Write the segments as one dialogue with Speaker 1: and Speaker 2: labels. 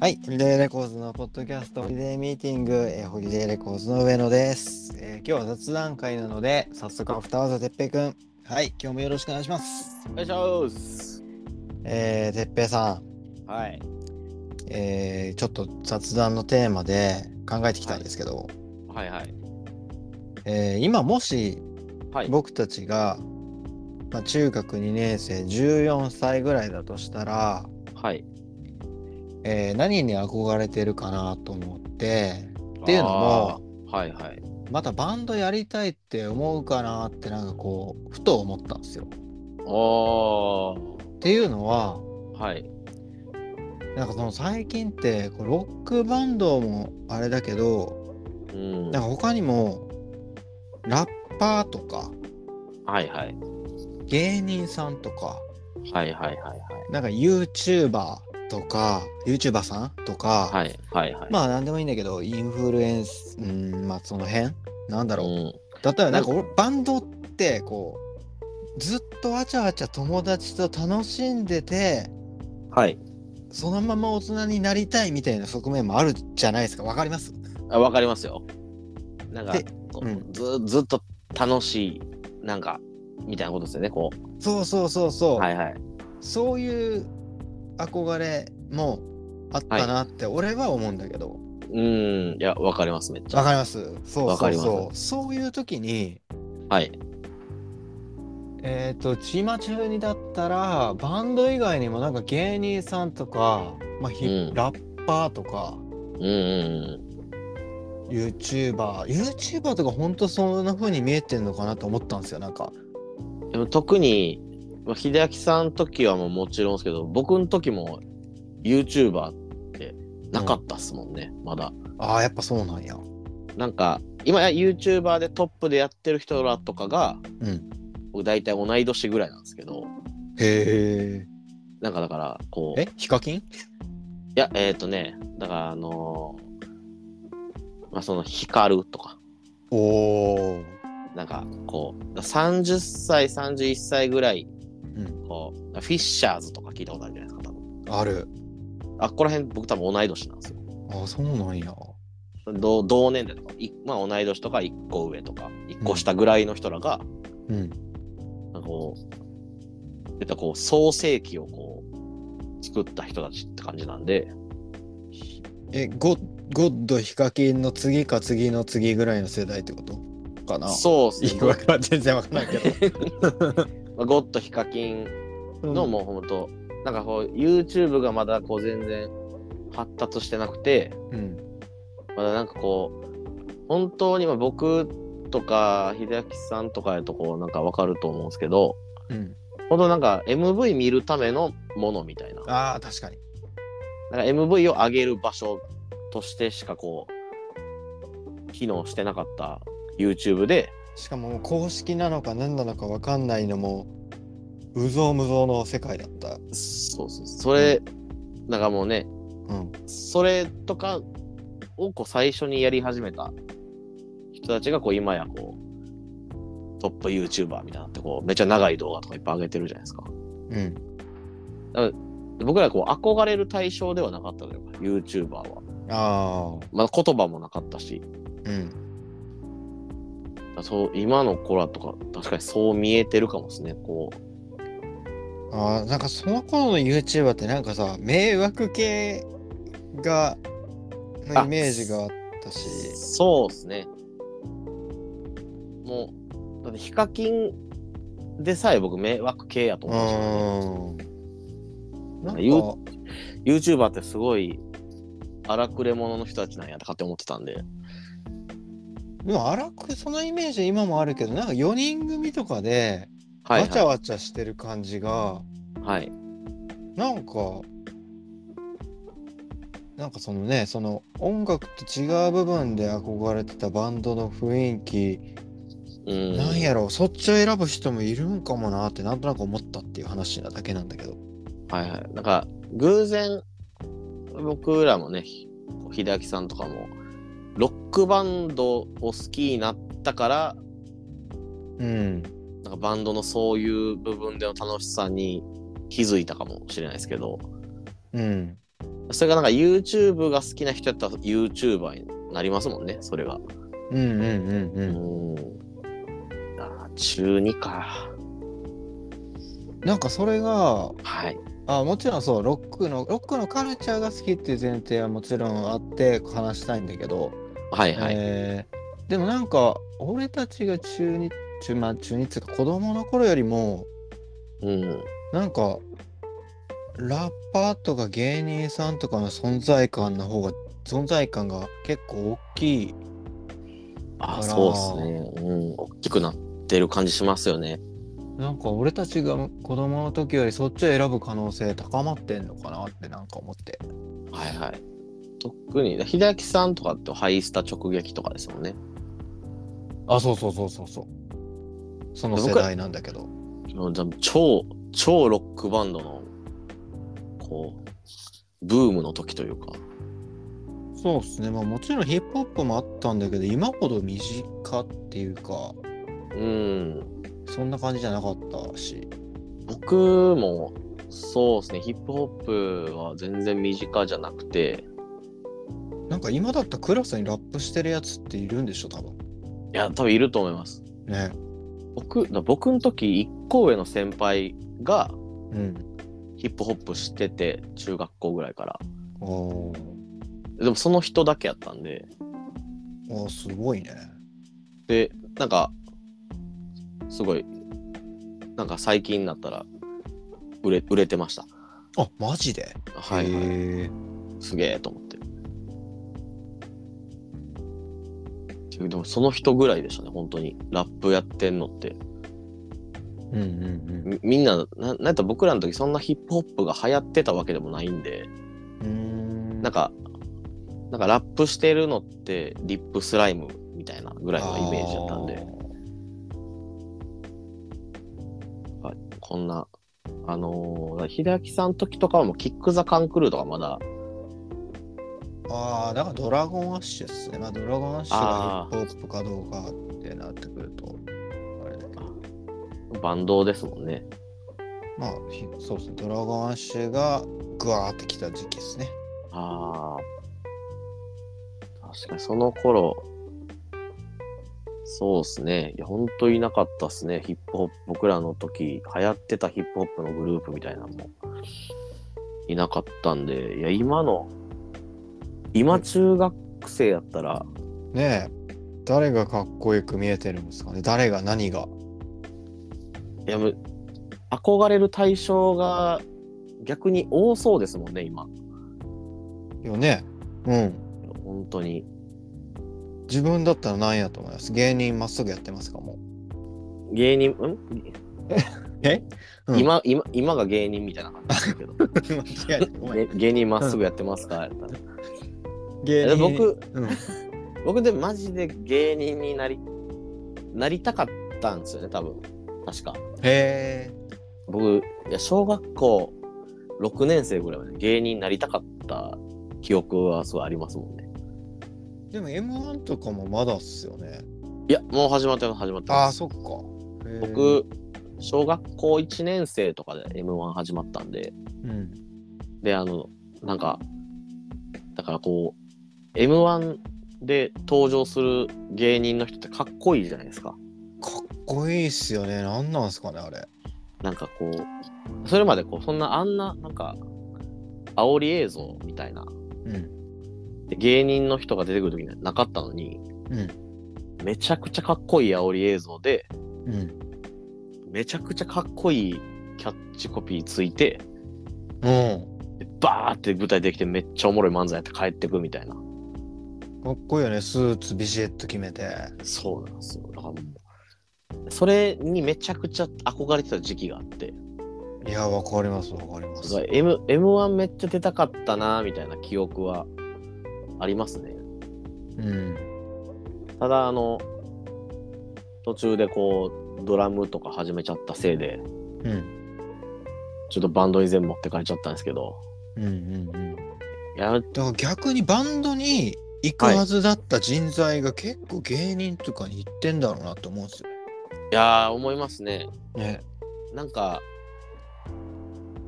Speaker 1: はい、ホリデーレコーズのポッドキャスト、ホリデーミーティング、えーホリデーレコーズの上野です、えー今日は雑談会なので、早速、二技哲平くん。はい、今日もよろしくお願いします。
Speaker 2: お願いします。
Speaker 1: えー、哲平さん、
Speaker 2: はい。
Speaker 1: えーちょっと雑談のテーマで考えてきたんですけど、
Speaker 2: はいはい。
Speaker 1: えー今もし
Speaker 2: はい。
Speaker 1: 僕たちが、まあ、中学2年生14歳ぐらいだとしたら、
Speaker 2: はい。
Speaker 1: えー何に憧れてるかなと思って、
Speaker 2: っ
Speaker 1: っていうのも、、
Speaker 2: はいはい。
Speaker 1: またバンドやりたいって思うかなってなんかこうふと思ったんですよ。
Speaker 2: おー。
Speaker 1: っていうのは
Speaker 2: はい。
Speaker 1: なんかその最近ってこうロックバンドもあれだけど
Speaker 2: うん。
Speaker 1: なんか他にもラッパーとか
Speaker 2: はいはい。
Speaker 1: 芸人さんとか
Speaker 2: はいはいはいはい。
Speaker 1: なんか YouTuber とか YouTuber さんとか、
Speaker 2: はいはいはい。
Speaker 1: まあ何でもいいんだけどインフルエンスうんまあその辺なんだろう、
Speaker 2: うん
Speaker 1: だったらなんか俺バンドってこうずっとわちゃわちゃ友達と楽しんでて
Speaker 2: はい。
Speaker 1: そのまま大人になりたいみたいな側面もあるじゃないですかわかります
Speaker 2: あわかりますよ。なんか
Speaker 1: で、
Speaker 2: こ
Speaker 1: う
Speaker 2: うずずっと楽しい、なんか、みたいなことですよね、こう。
Speaker 1: そうそうそうそう、
Speaker 2: はいはい。
Speaker 1: そういう憧れもあったなって俺は思うんだけど
Speaker 2: うん。いや、わかります、めっち
Speaker 1: わ
Speaker 2: ゃ。
Speaker 1: かりますそう
Speaker 2: わ
Speaker 1: そ
Speaker 2: か
Speaker 1: う
Speaker 2: ります
Speaker 1: そうそういう時に
Speaker 2: はい。
Speaker 1: えっ、とチーマ中にだったらバンド以外にもなんか芸人さんとか、まあヒ
Speaker 2: うん
Speaker 1: ラッパーとか
Speaker 2: うんうん
Speaker 1: ユーチューバーユーチューバーとか本当そんな風に見えてんのかなと思ったんですよなんか
Speaker 2: うん。でも特に、まあ秀明さんの時はもうもちろんですけど、僕の時も YouTuber ってなかったっすもんね、まだ。
Speaker 1: ああやっぱそうなんや
Speaker 2: なんか今や YouTuber でトップでやってる人らとかが
Speaker 1: うん
Speaker 2: 僕大体同い年ぐらいなんですけど
Speaker 1: へ
Speaker 2: なんかだからこ
Speaker 1: ー
Speaker 2: う
Speaker 1: えヒカキン
Speaker 2: いやえっ、とねだからあのーまあその光とか
Speaker 1: おお
Speaker 2: なんかこう30歳31歳ぐらい
Speaker 1: うん
Speaker 2: こうフィッシャーズとか聞いたことあるじゃないですか多分
Speaker 1: ある
Speaker 2: あここら辺僕多分同い年なんですよ
Speaker 1: ああそうなんや
Speaker 2: 同同年代とか、いまあ、同い年とか1個上とか1個下ぐらいの人らが、
Speaker 1: うん
Speaker 2: なんかこう、言ったらこう、創世記をこう、作った人たちって感じなんで、
Speaker 1: えゴッゴッドヒカキンの次か次の次ぐらいの世代ってことかな
Speaker 2: そうっす
Speaker 1: い
Speaker 2: ね
Speaker 1: や。わかん全然わかんないけ ど
Speaker 2: まあゴッドヒカキンのもうほんと、なんかこう、YouTube がまだこう全然発達してなくて、
Speaker 1: うん
Speaker 2: まだなんかこう、本当にまあ僕とか、秀明さんとかやとこう、なんかわかると思うんですけど、
Speaker 1: うん
Speaker 2: ほんとなんか MV 見るためのものみたいな。
Speaker 1: ああ確かに
Speaker 2: なんか MV を上げる場所としてしかこう、機能してなかった YouTube で、
Speaker 1: しかも公式なのか何なのかわかんないのもうぞうむぞうの世界だった
Speaker 2: そうそう、それ、なんかもうね、
Speaker 1: うん
Speaker 2: それとかをこう最初にやり始めた人たちがこう今やこう、トップ YouTuber みたいになってこう、めっちゃ長い動画とかいっぱい上げてるじゃないですか。
Speaker 1: うん
Speaker 2: で僕らこう憧れる対象ではなかったのよ、YouTuber は。
Speaker 1: ああ
Speaker 2: まだ言葉もなかったし、
Speaker 1: うん
Speaker 2: そう今の子らとか確かにそう見えてるかもですね、こう。
Speaker 1: あーなんかその頃の YouTuber ってなんかさ迷惑系がのイメージがあったし
Speaker 2: そうですね。もう、だってヒカキンでさえ僕迷惑系やと
Speaker 1: う
Speaker 2: 思うん
Speaker 1: ーんなんか
Speaker 2: 言うですよ、ね。YouTuber ってすごい荒くれ者の人たちなんやって勝手に思ってたんで。
Speaker 1: でも荒くそのイメージ今もあるけどなんか4人組とかで
Speaker 2: は
Speaker 1: わ
Speaker 2: い、
Speaker 1: ちゃ
Speaker 2: は
Speaker 1: わちゃしてる感じが、
Speaker 2: い。はい。
Speaker 1: なんかなんかそのねその音楽と違う部分で憧れてたバンドの雰囲気、
Speaker 2: うん。
Speaker 1: なんやろそっちを選ぶ人もいるんかもなってなんとなく思ったっていう話なだけなんだけど
Speaker 2: はいはい。なんか、偶然、僕らもね、ひ秀明さんとかも、ロックバンドを好きになったから、
Speaker 1: うん
Speaker 2: なんかバンドのそういう部分での楽しさに気づいたかもしれないですけど、
Speaker 1: うん
Speaker 2: それがなんか YouTube が好きな人やったら YouTuber になりますもんね、それが。
Speaker 1: うんうんうん
Speaker 2: う。
Speaker 1: うん
Speaker 2: あー中2か。
Speaker 1: ん。なんかそれが、
Speaker 2: はい。
Speaker 1: あもちろんそう、ロックの、ロックのカルチャーが好きっていう前提はもちろんあって話したいんだけど、
Speaker 2: はいはい。
Speaker 1: えーでもなんか、俺たちが中二、中、まあ中二っていうか子供の頃よりも、
Speaker 2: うん。
Speaker 1: なんか、ラッパーとか芸人さんとかの存在感の方が、存在感が結構大きい。
Speaker 2: あー
Speaker 1: あら
Speaker 2: そうですね。うん。大きくなってる感じしますよね。
Speaker 1: なんか俺たちが子供の時よりそっちを選ぶ可能性高まってんのかなってなんか思って。
Speaker 2: はいはい。特に、秀明さんとかってハイスタ直撃とかですもんね。
Speaker 1: あ、そうそうそうそうそう。その世代なんだけど。
Speaker 2: もうじゃあ超、超ロックバンドの、こう、ブームの時というか。
Speaker 1: そうですね。まあもちろんヒップホップもあったんだけど、今ほど身近っていうか、
Speaker 2: うん。
Speaker 1: そんな感じじゃなかったし。
Speaker 2: 僕もそうですねヒップホップは全然身近じゃなくて
Speaker 1: なんか今だったらクラスにラップしてるやつっているんでしょ、多分。
Speaker 2: いや多分いると思います
Speaker 1: ね。
Speaker 2: 僕だ僕の時一個上の先輩が
Speaker 1: うん。
Speaker 2: ヒップホップしてて中学校ぐらいから
Speaker 1: お
Speaker 2: でもその人だけやったんで
Speaker 1: おすごいね。
Speaker 2: でなんかすごいなんか最近になったら売れ売れてました
Speaker 1: あ、マジで
Speaker 2: はい、はい、
Speaker 1: へー
Speaker 2: すげえと思ってでもその人ぐらいでしたね本当にラップやってんのって
Speaker 1: うんうん
Speaker 2: みみんな、ななんと僕らの時そんなヒップホップが流行ってたわけでもないんで、
Speaker 1: うん。うーん
Speaker 2: なんか、なんかラップしてるのってリップスライムみたいなぐらいのイメージだったんで、あこんな、あのー、秀明さんの時とかはもうキック・ザ・カンクルーとかまだ、
Speaker 1: ああ、だからドラゴンアッシュっすね。まあ、ドラゴンアッシュがヒップホップかどうかってなってくると、あれだけど。
Speaker 2: バンドですもんね。
Speaker 1: まあ、ひそうですね。ドラゴンアッシュがグワーってきた時期ですね。
Speaker 2: ああ。確かにその頃、そうですね。いや、ほんといなかったっすね。ヒップホップ、僕らの時、流行ってたヒップホップのグループみたいなのも、いなかったんで、いや、今の、今中学生やったら、
Speaker 1: ねえ。誰がかっこよく見えてるんですかね誰が何が。
Speaker 2: いや、もう憧れる対象が逆に多そうですもんね、今。
Speaker 1: よね。うん。
Speaker 2: 本当に。
Speaker 1: 自分だったら何やと思います芸人まっすぐやってますかも
Speaker 2: 芸人、ん
Speaker 1: えうん
Speaker 2: 今、今、今が芸人みたいな感じですけど。
Speaker 1: う。 間違 えたごめん
Speaker 2: ね芸人まっすぐやってますか、やっ
Speaker 1: 芸
Speaker 2: たら
Speaker 1: 人。
Speaker 2: 僕
Speaker 1: うん。
Speaker 2: 僕でマジで芸人になりなりたかったんですよね多分確か
Speaker 1: へえ。
Speaker 2: 僕いや小学校6年生ぐらいまで芸人になりたかった記憶はすごいありますもんね
Speaker 1: でも M1 とかもまだっすよね。
Speaker 2: いやもう始まってます始まって
Speaker 1: あ
Speaker 2: ま
Speaker 1: あ、
Speaker 2: す
Speaker 1: そっか。へえ、
Speaker 2: 僕小学校1年生とかで m 1始まったんで
Speaker 1: うん。
Speaker 2: であのなんかだからこう m 1で登場する芸人の人ってかっこいいじゃないですか
Speaker 1: かっこいいっすよね。なんなんすかね、あれ。
Speaker 2: なんかこう、それまでこう、そんなあんな、なんか、煽り映像みたいな、
Speaker 1: うん。
Speaker 2: で芸人の人が出てくるときになかったのに、
Speaker 1: うん。
Speaker 2: めちゃくちゃかっこいい煽り映像で、
Speaker 1: うん。
Speaker 2: めちゃくちゃかっこいいキャッチコピーついて、
Speaker 1: うん。
Speaker 2: でバーって舞台できてめっちゃおもろい漫才やって帰ってくみたいな。
Speaker 1: かっこいいよね。スーツビシッと決めて。
Speaker 2: そうなんですよ。だからもう、それにめちゃくちゃ憧れてた時期があって、
Speaker 1: いや、わかります、わかりま
Speaker 2: だ
Speaker 1: す
Speaker 2: から。M、M1 めっちゃ出たかったなみたいな記憶はありますね。
Speaker 1: うん。
Speaker 2: ただあの途中でこうドラムとか始めちゃったせいで
Speaker 1: うん。
Speaker 2: ちょっとバンドに全部持ってかれちゃったんですけど
Speaker 1: うんうんうん。
Speaker 2: いや
Speaker 1: だから逆にバンドに行くはずだった人材が結構芸人とかに行ってんだろうなと思うんですよ。
Speaker 2: いやー思いますね
Speaker 1: ね。
Speaker 2: なんか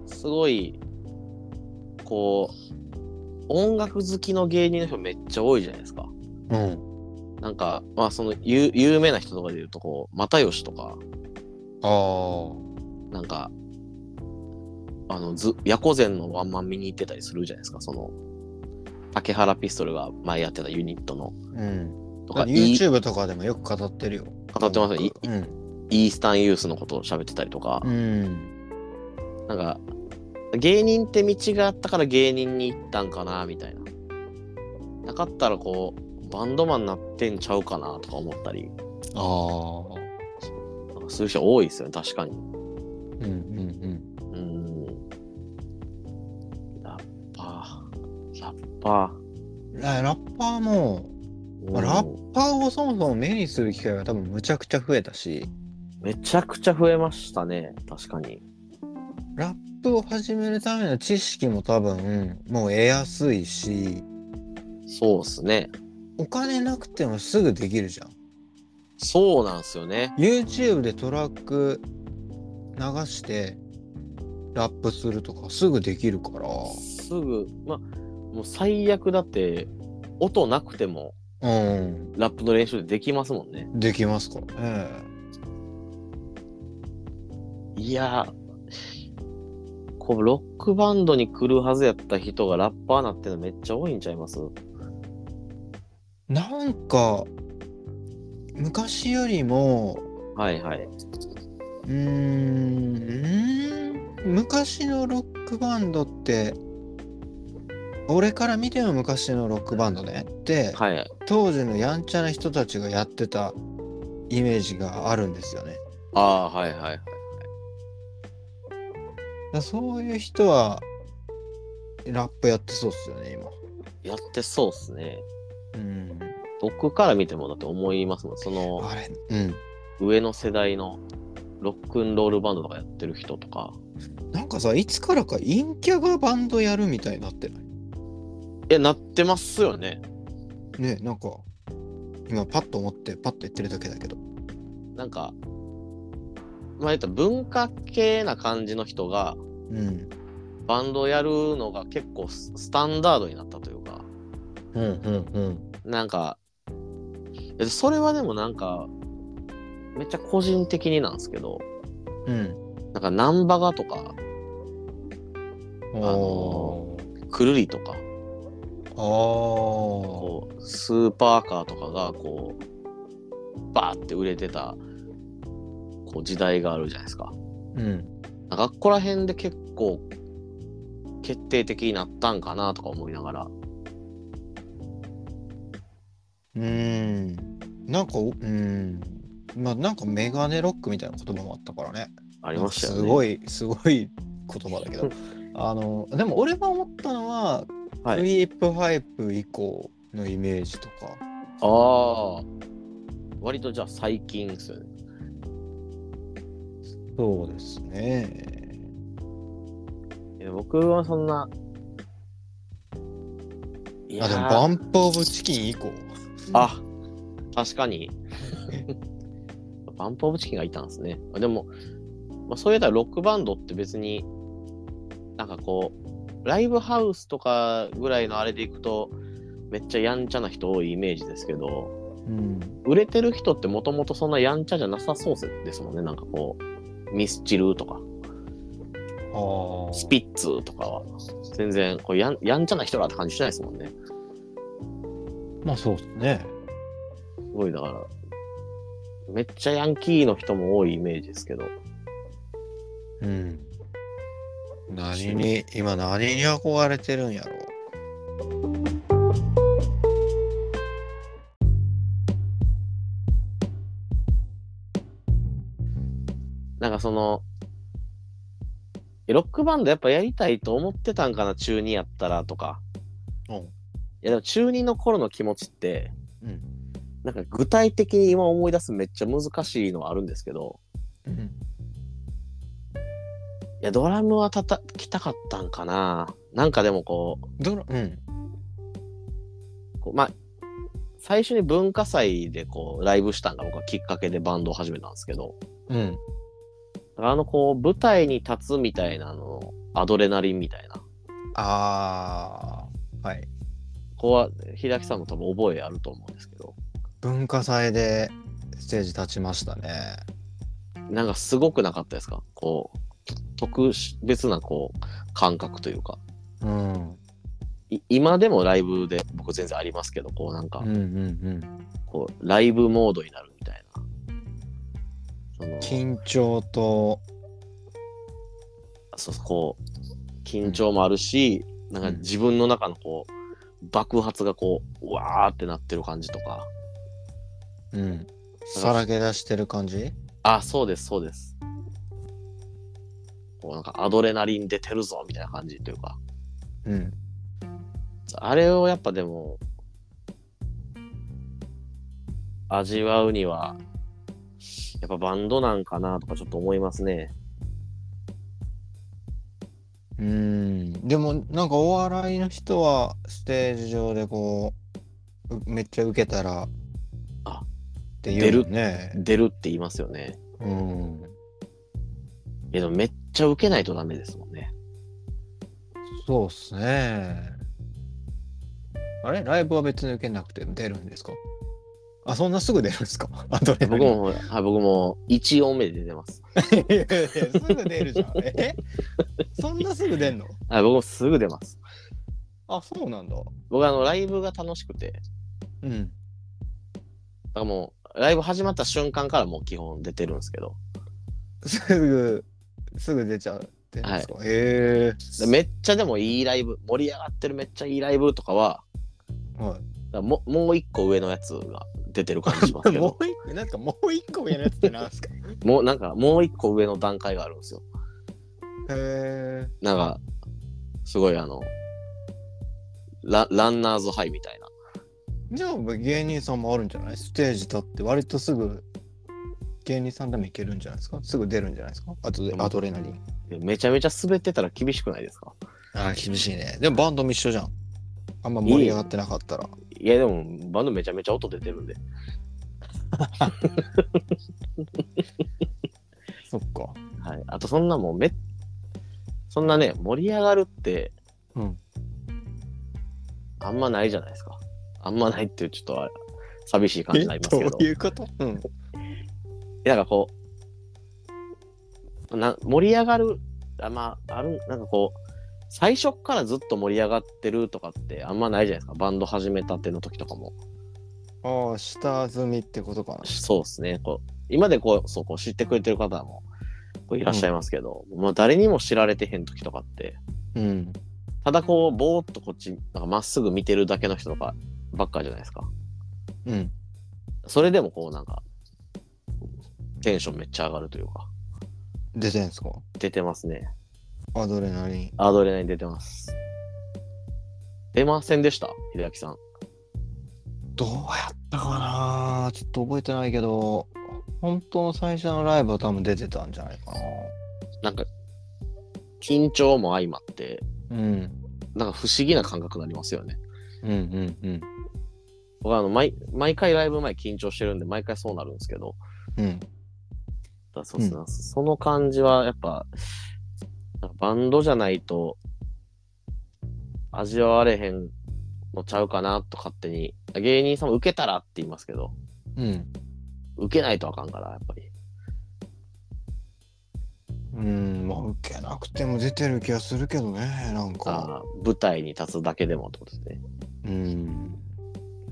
Speaker 2: すごいこう音楽好きの芸人の人めっちゃ多いじゃないですか。
Speaker 1: うん。
Speaker 2: なんか、まあ、その、有有名な人とかで言うと、こう、又吉とか、
Speaker 1: ああ。
Speaker 2: なんか、あの、ず、ヤコゼンのワンマン見に行ってたりするじゃないですか、その、竹原ピストルが前やってたユニットの、
Speaker 1: うん。
Speaker 2: とか、イー
Speaker 1: YouTube とかでもよく語ってるよ。
Speaker 2: 語ってますね
Speaker 1: 音楽
Speaker 2: イースタンユースのことを喋ってたりとか
Speaker 1: う、ん。
Speaker 2: なんか、芸人って道があったから芸人に行ったんかな、みたいな。なかったらこう、バンドマンなってんちゃうかな、とか思ったり、
Speaker 1: ああ。
Speaker 2: なんかする人多いですよね、確かに。
Speaker 1: うんうん
Speaker 2: うーん。ラッパー。ラッパ
Speaker 1: うん。ララッパーも、
Speaker 2: ー。
Speaker 1: まあラッパーをそもそも目にする機会が多分むちゃくちゃ増えたし、
Speaker 2: めちゃくちゃ増えましたね、確かに。
Speaker 1: ラップを始めるための知識も多分、もう得やすいし、
Speaker 2: そうっすね。
Speaker 1: お金なくてもすぐできるじゃん。
Speaker 2: そうなんすよね。
Speaker 1: YouTube でトラック流してラップするとかすぐできるから
Speaker 2: すぐ、ま、もう最悪だって、音なくても
Speaker 1: うん
Speaker 2: ラップの練習できますもんね。
Speaker 1: できますからね
Speaker 2: いやー、こう、ロックバンドに来るはずやった人がラッパーなってのめっちゃ多いんちゃいます
Speaker 1: なんか昔よりも
Speaker 2: はいはい。
Speaker 1: うーんうーん昔のロックバンドって俺から見ても昔のロックバンドねって
Speaker 2: はい。
Speaker 1: 当時のやんちゃな人たちがやってたイメージがあるんですよね。
Speaker 2: ああ、はいはいはい。
Speaker 1: だからそういう人はラップやってそうっすよね今
Speaker 2: やってそうっすね。
Speaker 1: うん
Speaker 2: 僕から見てもだって思いますもん。その
Speaker 1: あれうん
Speaker 2: 上の世代のロックンロールバンドとかやってる人とか。
Speaker 1: なんかさいつからか陰キャがバンドやるみたいになってない
Speaker 2: え、なってますよね。
Speaker 1: ねなんか今パッと思ってパッと言ってるだけだけど
Speaker 2: なんか、まあ言ったら文化系な感じの人が
Speaker 1: うん
Speaker 2: バンドやるのが結構ススタンダードになったというか、
Speaker 1: うんうん
Speaker 2: なんか、えそれはでもなんか、めっちゃ個人的になんですけど、
Speaker 1: うんうん
Speaker 2: なんかナンバガとか、
Speaker 1: あ
Speaker 2: のくるりとか、
Speaker 1: あー
Speaker 2: こうスーパーカーとかがこうバーって売れてたこう時代があるじゃないですか。
Speaker 1: うん
Speaker 2: なんかここら辺で結構決定的になったんかなとか思いながら。
Speaker 1: うんなんかうんまあなんかメガネロックみたいな言葉もあったからね
Speaker 2: ありましたよね。
Speaker 1: すご
Speaker 2: い。
Speaker 1: いすごい言葉だ けどあのでも俺が思ったのは、
Speaker 2: はい
Speaker 1: クリープハイプ以降のイメージとか
Speaker 2: ああ。割とじゃあ最近ですよね。
Speaker 1: そうですね
Speaker 2: いや僕はそんな。いや
Speaker 1: あでも
Speaker 2: ー
Speaker 1: バンプ・オブ・チキン以降
Speaker 2: あ確かに。 バンプ・オブ・チキンがいたんですね。でも、まあ、そういったらロックバンドって別に、なんかこう、ライブハウスとかぐらいのあれでいくと、めっちゃやんちゃな人多いイメージですけど、
Speaker 1: うん
Speaker 2: 売れてる人ってもともとそんなやんちゃじゃなさそうですもんね。なんかこう、ミスチルとか、
Speaker 1: あ
Speaker 2: スピッツとかは、全然こうやんやんちゃな人らって感じしないですもんね。
Speaker 1: まあそうですね
Speaker 2: すごい、だから、めっちゃヤンキーの人も多いイメージですけど、
Speaker 1: うん何に今何に憧れてるんやろ
Speaker 2: なんかその、えロックバンドやっぱやりたいと思ってたんかな、中2やったらとか。
Speaker 1: うん
Speaker 2: いやでも中2の頃の気持ちって、
Speaker 1: うん
Speaker 2: なんか具体的に今思い出すめっちゃ難しいのはあるんですけど、
Speaker 1: うん
Speaker 2: いや、ドラムは叩きたかったんかな。なんかでもこ
Speaker 1: ドラうん
Speaker 2: う、こうまあ、最初に文化祭でこう、ライブしたんが僕はきっかけでバンドを始めたんですけど、
Speaker 1: うん
Speaker 2: あのこう、舞台に立つみたいなあの、アドレナリンみたいな。
Speaker 1: ああはい。
Speaker 2: ここは平木さんも多分覚えあると思うんですけど
Speaker 1: 文化祭でステージ立ちましたね。
Speaker 2: なんかすごくなかったですかこう特別なこう感覚というか
Speaker 1: うん。うん
Speaker 2: い今でもライブで僕全然ありますけどこうなんか
Speaker 1: うんうん。
Speaker 2: こうライブモードになるみたいなその
Speaker 1: 緊張と、
Speaker 2: そうそうこう緊張もあるし、なんか自分の中のこう爆発がこううわーってなってる感じとか
Speaker 1: うん。さらけ出してる感じ
Speaker 2: あそうですそうですこうなんかアドレナリン出てるぞみたいな感じというか
Speaker 1: うん。
Speaker 2: あれをやっぱでも味わうにはやっぱバンドなんかなとかちょっと思いますね
Speaker 1: うん。でも、なんかお笑いの人は、ステージ上でこう、うめっちゃ受けたら、
Speaker 2: あ
Speaker 1: っていうよね。
Speaker 2: 出るって言いますよね
Speaker 1: うん。
Speaker 2: いやでもめっちゃ受けないとダメですもんね
Speaker 1: そうっすね。あれライブは別に受けなくて出るんですかあ、そんなすぐ出るんですか あ、どれ
Speaker 2: 僕。も、 はい、僕も1音目で出てます。
Speaker 1: いやいやいやすぐ出るじゃん。えそんなすぐ出んの
Speaker 2: はい、僕もすぐ出ます。
Speaker 1: あ、そうなんだ。
Speaker 2: 僕あの、ライブが楽しくて、だ
Speaker 1: うん。
Speaker 2: からもう、ライブ始まった瞬間からもう基本出てるんですけど、
Speaker 1: すぐ、すぐ出ちゃう。出るんですかへ
Speaker 2: でめっちゃでもいいライブ、盛り上がってるめっちゃいいライブとかは、
Speaker 1: え。は
Speaker 2: だからももう一個上のやつが出てる感じします
Speaker 1: い。
Speaker 2: け
Speaker 1: も
Speaker 2: ど、
Speaker 1: う一個、なんかもう一個上のやつってなんですかへ
Speaker 2: もうなんかもう一個上の段階があるんですよ。
Speaker 1: え。
Speaker 2: なんか、すごいあの、ラランナーズハイみたいな。
Speaker 1: じゃあ芸人さんもあるんじゃないステージ立って割とすぐ芸人さんでもいけるんじゃないですかすぐ出るんじゃないですかあとでアドレナリン。
Speaker 2: でめちゃめちゃ滑ってたら厳しくないですか
Speaker 1: あー厳しいね。でもバンドも一緒じゃん。あんま盛り上がってなかったら。
Speaker 2: いやでも、バンドめちゃめちゃ音出てるんで。
Speaker 1: そっか。
Speaker 2: はい、あとそんなもうめそんなね盛り上がるって、
Speaker 1: うん
Speaker 2: あんまないじゃないですかあんまないっていうちょっとあれ寂しい感じ
Speaker 1: え
Speaker 2: になりますけど
Speaker 1: どういうことうん。
Speaker 2: なんかこうな盛り上がるあまああるなんかこう最初っからずっと盛り上がってるとかってあんまないじゃないですかバンド始めたての時とかも
Speaker 1: ああ、下積みってことかな。
Speaker 2: そうですねこう今でこうそうこう知ってくれてる方もこういらっしゃいますけど、まあ、誰にも知られてへん時とかって
Speaker 1: うん。
Speaker 2: ただこう、ぼーっとこっち、なんかまっすぐ見てるだけの人とかばっかじゃないですか。
Speaker 1: うん。
Speaker 2: それでもこうなんか、テンションめっちゃ上がるというか、
Speaker 1: 出てんすか
Speaker 2: 出てますね。
Speaker 1: アドレナリン。
Speaker 2: アドレナリン出てます。出ませんでした秀明さん。
Speaker 1: どうやったかなちょっと覚えてないけど、本当の最初のライブは多分出てたんじゃないか
Speaker 2: なんか、緊張も相まって、
Speaker 1: な。うん。
Speaker 2: なんか不思議な感覚になりますよね。
Speaker 1: うんうんうん。
Speaker 2: 僕はあの、毎、毎回ライブ前緊張してるんで、毎回そうなるんですけど、
Speaker 1: うん。
Speaker 2: だからそうっすねその感じはやっぱ、なんかバンドじゃないと味わわれへんのちゃうかなと勝手に。芸人さんも受けたらって言いますけど、
Speaker 1: うん。
Speaker 2: 受けないとあかんから、やっぱり。
Speaker 1: うん。まあ、受けなくても出てる気がするけどね、なんか。
Speaker 2: あー舞台に立つだけでもってことですね。
Speaker 1: うん。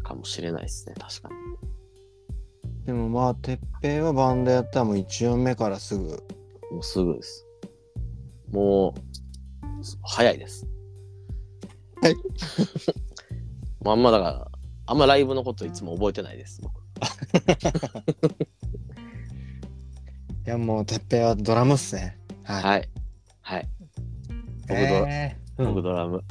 Speaker 2: かもしれないですね、確かに。
Speaker 1: でもまあ、てっぺいはバンドやったらもう1音目からすぐ。
Speaker 2: もうすぐです。もう、す早いです。
Speaker 1: はい。
Speaker 2: まあ、あんまだから、あんまライブのこといつも覚えてないです、僕。
Speaker 1: いや、もうてっぺいはドラムっすね。はい。
Speaker 2: はい。はい。僕ドラ
Speaker 1: えー
Speaker 2: 僕ドラム。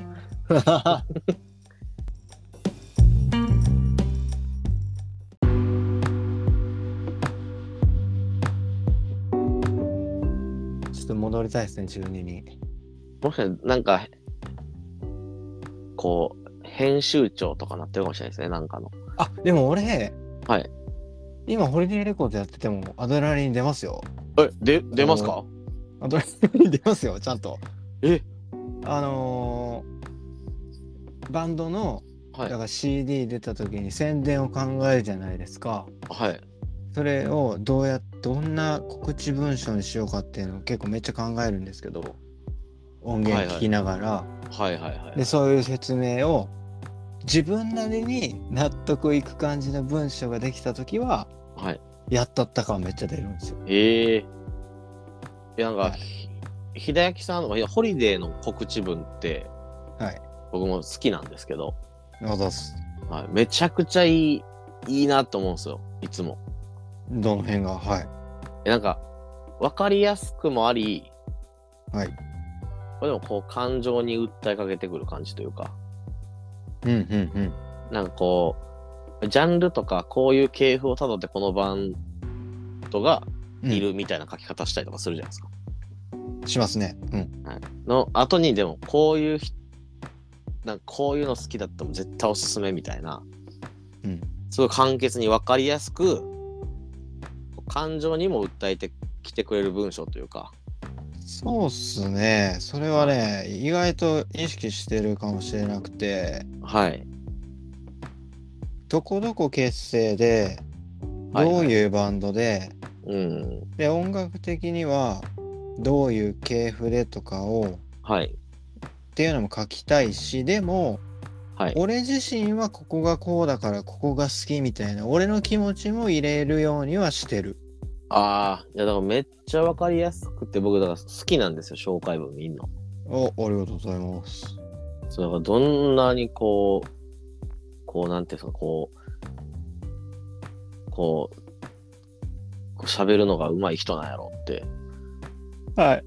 Speaker 1: ちょっと戻りたいですね、中二に。
Speaker 2: もしかしてなんか、こう、編集長とかなってるかもしれないですね、なんかの。
Speaker 1: あ、でも俺、
Speaker 2: はい。
Speaker 1: 今、ホリデーレコードやってても、アドレナリン出ますよ。
Speaker 2: え、で、出ます
Speaker 1: あ
Speaker 2: か
Speaker 1: アドレナリン出ますよ、ちゃんと。
Speaker 2: え
Speaker 1: あのバンドの
Speaker 2: は
Speaker 1: だ
Speaker 2: い
Speaker 1: から CD 出た時に宣伝を考えるじゃないですか
Speaker 2: はい
Speaker 1: それをどうやどんな告知文章にしようかっていうのを結構めっちゃ考えるんですけど音源聞きながら、
Speaker 2: はいはいはい
Speaker 1: でそういう説明を自分なりに納得いく感じの文章ができた時は
Speaker 2: はい
Speaker 1: やったった感めっちゃ出るんですよ。
Speaker 2: ええいやなんか、
Speaker 1: はい
Speaker 2: ひひだやきさんのいやホリデーの告知文って、
Speaker 1: はい
Speaker 2: 僕も好きなんですけど、
Speaker 1: あざっす
Speaker 2: はい、めちゃくちゃいいいいなと思うんですよいつも。
Speaker 1: どの辺がはい
Speaker 2: えなんか分かりやすくもあり
Speaker 1: はい。
Speaker 2: でもこう感情に訴えかけてくる感じというか
Speaker 1: うんうんうん。
Speaker 2: なんかこうジャンルとかこういう系譜をたどってこのバンドがいるみたいな書き方したりとかするじゃないですか。
Speaker 1: しますね。うん。
Speaker 2: の後にでもこういうひなんかこういうの好きだったら絶対おすすめみたいな
Speaker 1: うん。
Speaker 2: すごい簡潔に分かりやすく感情にも訴えてきてくれる文章というか
Speaker 1: そうっすね。それはね、意外と意識してるかもしれなくて、
Speaker 2: はい
Speaker 1: どこどこ結成で、
Speaker 2: はいはい
Speaker 1: どういうバンドで、
Speaker 2: うん
Speaker 1: で、音楽的にはどういう系譜でとかを、
Speaker 2: はい
Speaker 1: っていうのも書きたいし、でも、
Speaker 2: はい
Speaker 1: 俺自身はここがこうだからここが好きみたいな、俺の気持ちも入れるようにはしてる。
Speaker 2: ああいやだからめっちゃ分かりやすくて僕だから好きなんですよ紹介文みんな
Speaker 1: お、ありがとうございます。
Speaker 2: そうだからどんなにこうこうなんていうんですかこうこうこう喋るのが上手い人なんやろって
Speaker 1: はい。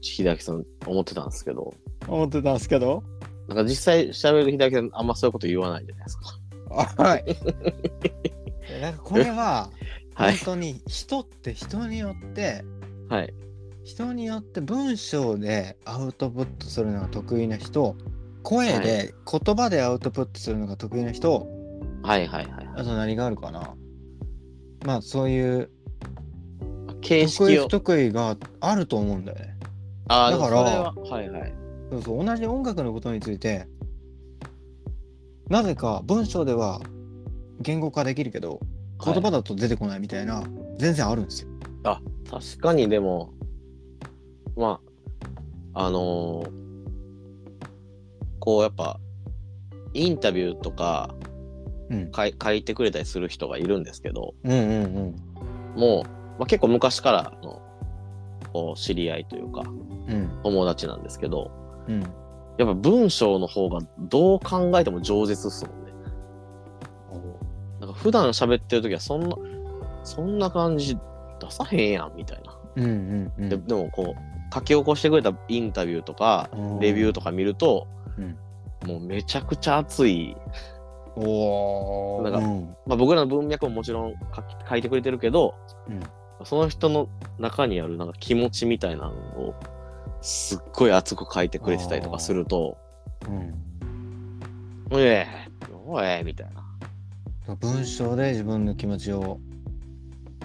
Speaker 2: 秀明さん思ってたんですけど、
Speaker 1: 思ってたんですけど。
Speaker 2: なんか実際喋る秀明さんあんまそういうこと言わないじゃないですか。
Speaker 1: はい。 なんかこれは
Speaker 2: は
Speaker 1: 本
Speaker 2: い。
Speaker 1: 当に人って人によって
Speaker 2: はい。
Speaker 1: 人によって文章でアウトプットするのが得意な人声で言葉でアウトプットするのが得意な人、
Speaker 2: はいはいはいは
Speaker 1: あと何があるかなまあそういう
Speaker 2: い。形
Speaker 1: 得意
Speaker 2: 式を
Speaker 1: 不。得意があると思うんだよね。
Speaker 2: ああ、
Speaker 1: だ
Speaker 2: だ
Speaker 1: か
Speaker 2: からら。はいはい。
Speaker 1: そうそう同じ音楽のことについてなぜか文章では言語化できるけど言葉
Speaker 2: はい
Speaker 1: だと出てこないみたいな、全然あるんですよ。
Speaker 2: あ、確かにでも、まあ、あのーこうやっぱ、インタビューとか
Speaker 1: うん
Speaker 2: かい書いてくれたりする人がいるんですけど、
Speaker 1: うんうんうん。
Speaker 2: もう、まあ、結構昔からのこう知り合いというか、
Speaker 1: うん
Speaker 2: 友達なんですけど、
Speaker 1: うん、
Speaker 2: やっぱ文章の方がどう考えても饒舌っすもんね。なんか普段喋ってる時はそんな、そんな感じ出さへんやんみたいな。
Speaker 1: うんうんうん
Speaker 2: ででもこう、書き起こしてくれたインタビューとか、レビューとか見ると、
Speaker 1: うん
Speaker 2: もうめちゃくちゃ熱い。
Speaker 1: お
Speaker 2: なん
Speaker 1: ー
Speaker 2: か
Speaker 1: うん
Speaker 2: まあ僕らの文脈ももちろん書き書いてくれてるけど、
Speaker 1: うん
Speaker 2: その人の中にあるなんか気持ちみたいなのを、すっごい熱く書いてくれてたりとかすると、
Speaker 1: うん
Speaker 2: うえおえみたいな。
Speaker 1: 文章で自分の気持ちを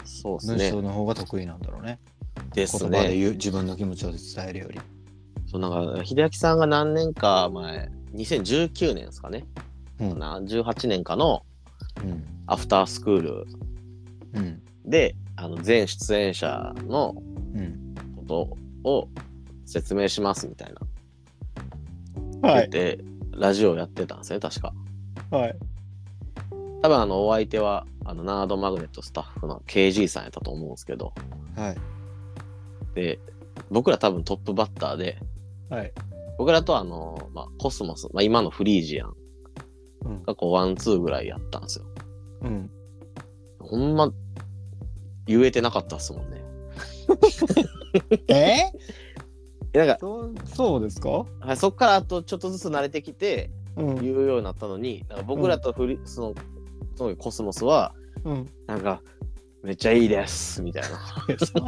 Speaker 2: そうです
Speaker 1: 文
Speaker 2: ね
Speaker 1: 章。の方が得意なんだろうね。
Speaker 2: ですね。
Speaker 1: 言葉で言う自分の気持ちを伝えるより。
Speaker 2: そうなんか秀明さんが何年か前2019年ですかね、
Speaker 1: うん
Speaker 2: な18年かの
Speaker 1: うん
Speaker 2: アフタースクール
Speaker 1: うん
Speaker 2: であの全出演者の
Speaker 1: うん。
Speaker 2: ことを説明しますみたいな
Speaker 1: は
Speaker 2: 言っ。て、ラジオやってたんですね確か
Speaker 1: はい。
Speaker 2: 多分あのお相手はあのナードマグネットスタッフの KG さんやったと思うんですけど
Speaker 1: はい。
Speaker 2: で僕ら多分トップバッターで
Speaker 1: はい。
Speaker 2: 僕らとあの、まあ、コスモス、まあ、今のフリージアン
Speaker 1: うん
Speaker 2: がこうワンツーぐらいやったんですよ
Speaker 1: うん。
Speaker 2: ほんま、言えてなかったっすもんね。
Speaker 1: え
Speaker 2: えなんか、
Speaker 1: そうそうですか
Speaker 2: はいそっからあとちょっとずつ慣れてきて、
Speaker 1: うん。
Speaker 2: 言うようになったのに、なんか僕らとフリ、その、そのコスモスは、
Speaker 1: うん、
Speaker 2: なんか、めっちゃいいです、みたいな。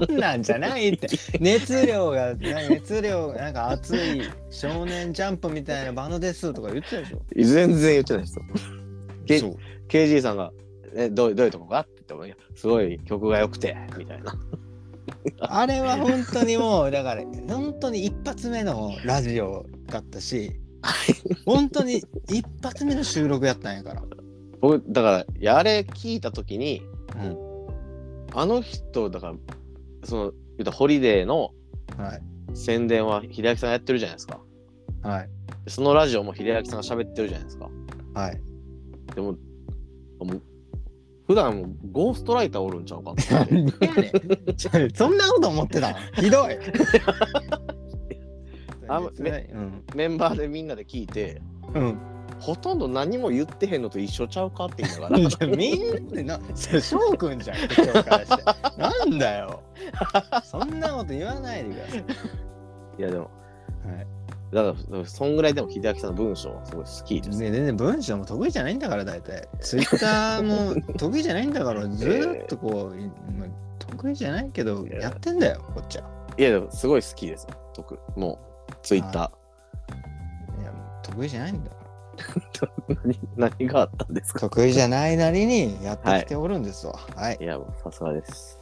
Speaker 1: そんなんじゃない って熱量がな熱量がなんか熱い少年ジャンプみたいなバンドですとか言ってたでしょ
Speaker 2: 全然言ってないですよ。け
Speaker 1: そう
Speaker 2: KG さんが、え、どうどういうとこかって言っても、いやすごい曲が良くて、みたいな。
Speaker 1: あれは本当にもうだから本当に一発目のラジオだったし本当に一発目の収録やったんやから。
Speaker 2: 僕だからいやあれ聞いた時に
Speaker 1: うん。
Speaker 2: あの人だからその言うたらホリデーの
Speaker 1: はい。
Speaker 2: 宣伝は秀明さんがやってるじゃないですか
Speaker 1: はい。
Speaker 2: でそのラジオも秀明さんが喋ってるじゃないですか
Speaker 1: はい。
Speaker 2: でももう普段もゴーストライターおるんちゃうかって
Speaker 1: な んでやねんちょ そんなこと思ってたのひどい。
Speaker 2: あめ
Speaker 1: うん。
Speaker 2: メンバーでみんなで聞いて
Speaker 1: うん。
Speaker 2: ほとんど何も言ってへんのと一緒ちゃうかって言いながら
Speaker 1: じゃあみんなでな、それ翔くんじゃん、口調からして。なんだよ。そんなこと言わないでください。
Speaker 2: いやでも
Speaker 1: はい
Speaker 2: だからそんぐらいでも秀明さんの文章はすごい好きです、
Speaker 1: ね、全然文章も得意じゃないんだから大体ツイッターも 得意じゃないんだからずーっとこう、いまあ得意じゃないけどやってんだよこっちはい
Speaker 2: やでもすごい好きです僕もうツイッタ
Speaker 1: いやもう得意じゃないんだから
Speaker 2: ー何何があったんですか
Speaker 1: 得意じゃないなりにやってきておるんですわはい、
Speaker 2: いやもうさすがです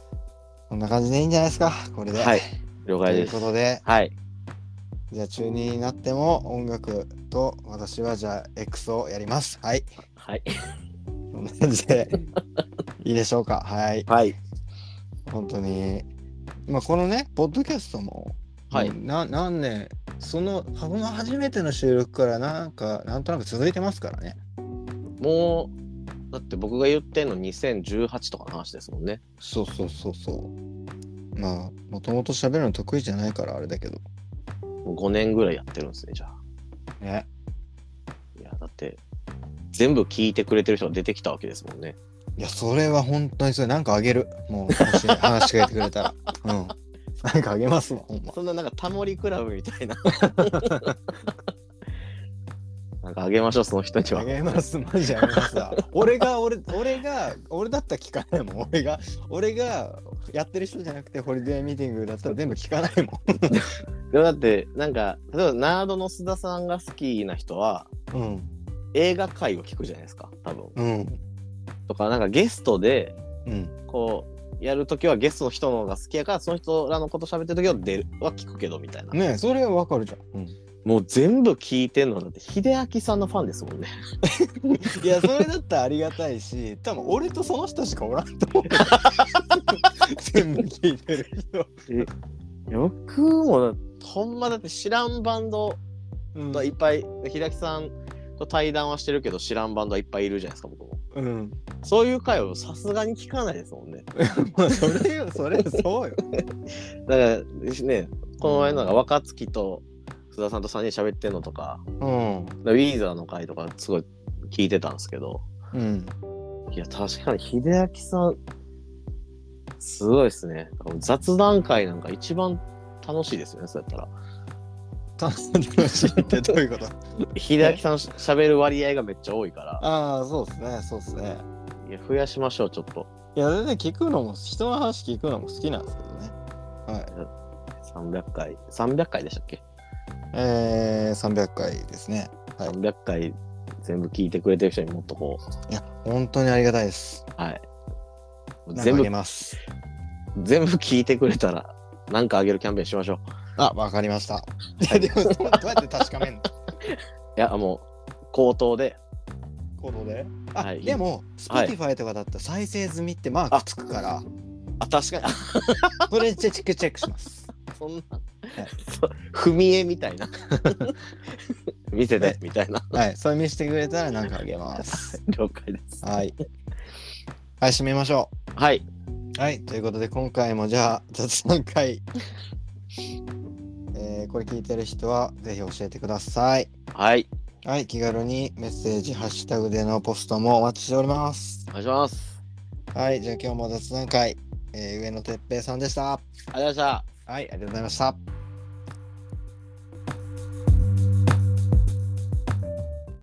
Speaker 1: こんな感じでいいんじゃないですかこれで
Speaker 2: はい了
Speaker 1: と
Speaker 2: 解
Speaker 1: い
Speaker 2: で
Speaker 1: う
Speaker 2: す
Speaker 1: ことで
Speaker 2: はい
Speaker 1: じゃあ中2になっても音楽と私はじゃあ X をやりますはい
Speaker 2: はい
Speaker 1: こんな感じでいいでしょうかはい
Speaker 2: はい
Speaker 1: 本当にまあこのねポッドキャストも
Speaker 2: はい
Speaker 1: な何年そのこの初めての収録からなんかなんとなく続いてますからね
Speaker 2: もうだって僕が言ってんの2018とかの話ですもんね
Speaker 1: そうそうそうそうまあもともと喋るの得意じゃないからあれだけど
Speaker 2: もう5年ぐらいやってるんですねじゃあ
Speaker 1: ね
Speaker 2: いやだって全部聞いてくれてる人が出てきたわけですもんね
Speaker 1: いやそれは本当にそれなんかあげるもうも し話しかけてくれたらうんなんかあげますわほんま
Speaker 2: そんななんかタモリクラブみたいな なんかあげましょうその人には
Speaker 1: あげますマジあげますわ俺が俺俺が俺だったら聞かないもん俺が俺がやってる人じゃなくてホリデーミーティングだったら全部聞かないも
Speaker 2: でもだってなんか例えばナードの須田さんが好きな人は
Speaker 1: ん
Speaker 2: 映画界を聞くじゃないですか多分
Speaker 1: うんうん
Speaker 2: とかなんかゲストで
Speaker 1: うん
Speaker 2: こうやるときはゲストの人の方が好きやからその人らのこと喋ってるときは出るは聞くけどみたいな、
Speaker 1: ねえそれはわかるじゃん、
Speaker 2: もう全部聞いてんのはだって秀明さんのファンですもんね
Speaker 1: いやそれだったらありがたいし 多分俺とその人しかおらんと 思う全部聞いてる人、
Speaker 2: いや僕もだほんまだって知らんバンド
Speaker 1: うん
Speaker 2: いっぱい秀明さんと対談はしてるけど知らんバンドはいっぱいいるじゃないですか僕も
Speaker 1: うん、
Speaker 2: そういう回をさすがに聞かないですもんね
Speaker 1: まあそれよそれそうよ
Speaker 2: だからねこの前のなんか若月と須田さんと3人喋ってんのとか
Speaker 1: うん
Speaker 2: ウィーザーの回とかすごい聞いてたんですけど
Speaker 1: うん
Speaker 2: いや確かに秀明さんすごいですね雑談会なんか一番楽しいですよねそうやったら
Speaker 1: 楽しいってどういうこと
Speaker 2: 秀明さんのしゃべる割合がめっちゃ多いから
Speaker 1: ああそうっすねそうっすね
Speaker 2: いや増やしましょうちょっと
Speaker 1: いや全然聞くのも人の話聞くのも好きなんですけどねはい
Speaker 2: 300回300回でしたっけ
Speaker 1: えー、300回ですねはい
Speaker 2: 300回全部聞いてくれてる人にもっとこう、
Speaker 1: いや本当にありがたいです
Speaker 2: はい。
Speaker 1: 全
Speaker 2: 全
Speaker 1: 部
Speaker 2: 部
Speaker 1: あげ、ます
Speaker 2: 全部聞いてくれたら、なんかあげるキャンペーンしましょう。
Speaker 1: あわかりました いやでもどうやって確かめんの
Speaker 2: いや、もう、口頭で、
Speaker 1: ことで。あ、
Speaker 2: はい
Speaker 1: でも、
Speaker 2: はい
Speaker 1: Spotify とかだったら再生済みってマークつくから、
Speaker 2: あ、確かに、あ
Speaker 1: それチェックチェックし ます。
Speaker 2: そんな、そう踏み絵みたいな。 見せて、みたいな。
Speaker 1: はい、それ見せてくれたらなんかあげます。
Speaker 2: 了解です。
Speaker 1: はい。はい、締めましょ
Speaker 2: はい。
Speaker 1: う。はい、ということで今回もじゃあ雑談会。えーこれ聞いてる人はぜひ教えてください。
Speaker 2: はい。
Speaker 1: はい、気軽にメッセージ、ハッシュタグでのポストもお待ちしております
Speaker 2: お。願いします。
Speaker 1: はい、じゃあ今日も雑談会、えー上野哲平さんでした。
Speaker 2: ありがとうございました。
Speaker 1: はい、ありがとうございました。